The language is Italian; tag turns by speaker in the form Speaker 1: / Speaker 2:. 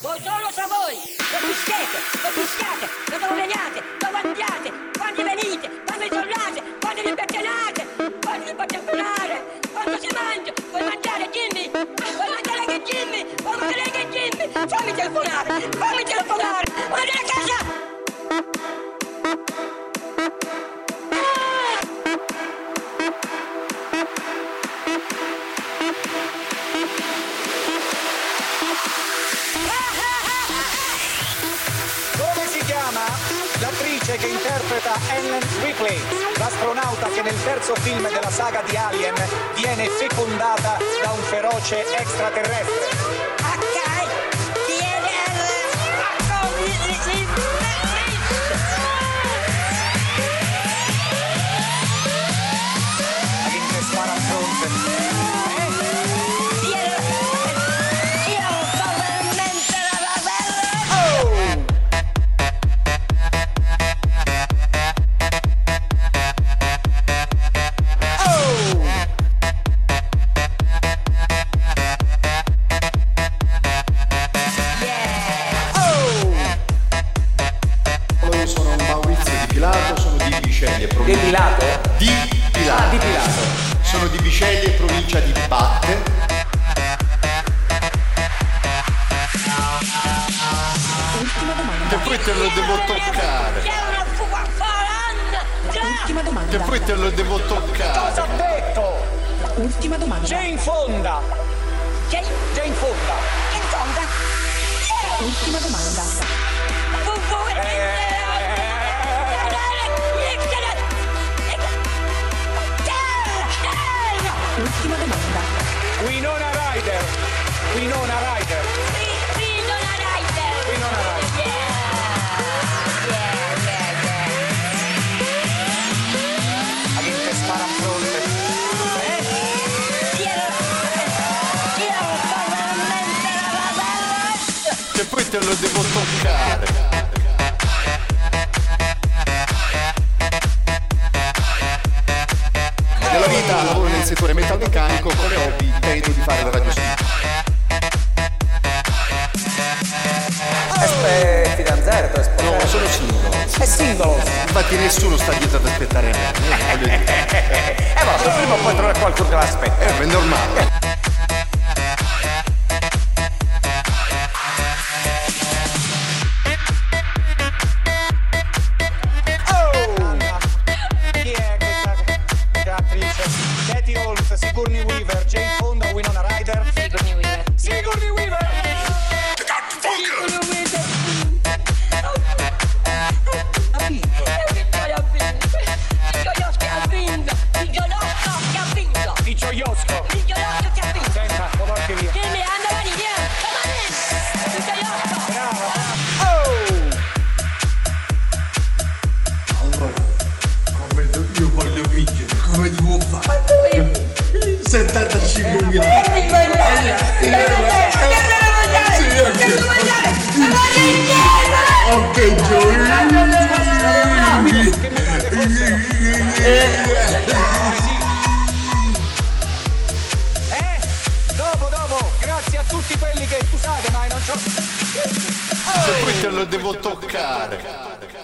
Speaker 1: Voi solo tra voi! Lo fischiate, lo fischiate, lo sorvegliate, lo guardiate, quando venite, quando ritornate, quando vi pettinate, quando vi fate curare, quando si mangia, vuoi mangiare Jimmy? Vuoi mangiare anche Jimmy? Vuoi mangiare anche Jimmy? Fammi telefonare, fammi telefonare, vado a casa! Ah!
Speaker 2: Come si chiama l'attrice che interpreta Ellen Ripley, l'astronauta che nel terzo film della saga di Alien viene fecondata da un feroce extraterrestre?
Speaker 1: Ok, viene il
Speaker 2: Agintesmana Fronten.
Speaker 1: Io sto veramente la bella!
Speaker 3: Oh, Io sono Maurizio Di Pilato, sono di Biceglie, provincia
Speaker 4: Delilato?
Speaker 3: di Pilato.
Speaker 4: Ah, di Pilato.
Speaker 3: Sono di Biceglie, provincia di Batte. Che poi te lo devo toccare.
Speaker 1: C'è una fuga falanda!
Speaker 5: Ultima
Speaker 3: Che
Speaker 5: domanda.
Speaker 3: poi te lo devo toccare.
Speaker 2: Cosa ha detto?
Speaker 5: Ultima domanda.
Speaker 2: Jane Fonda!
Speaker 1: Che
Speaker 2: Jane Fonda!
Speaker 1: in fonda?
Speaker 5: Ultima domanda. Ultima domanda.
Speaker 2: Winona Ryder! Winona Ryder! Winona Ryder! Agintesmana Fronten.
Speaker 3: Che poi te lo devo toccare. Nella vita lavoro nel settore metalmeccanico, come hobby tento di fare la radio
Speaker 4: È fidanzato, è sposato.
Speaker 3: No, sono singolo.
Speaker 4: È singolo.
Speaker 3: Infatti nessuno sta dietro ad aspettare me. eh, voglio dire.
Speaker 4: Eh vabbè, prima o poi troverà qualcuno che l'aspetta.
Speaker 3: Eh, ma è normale.
Speaker 2: Chi è questa attrice? Katie Holmes, Sigourney Weaver, Jane Fonda, Winona Ryder. Sigourney Weaver! Di gioiosco! Senta, portati via. Brava!
Speaker 6: Come do- io voglio vincere, come devo fare? 75 mila. Ok,
Speaker 2: Eh? Dopo, dopo! Grazie a tutti quelli che... Scusate, ma non c'ho...
Speaker 3: E poi te lo devo toccare.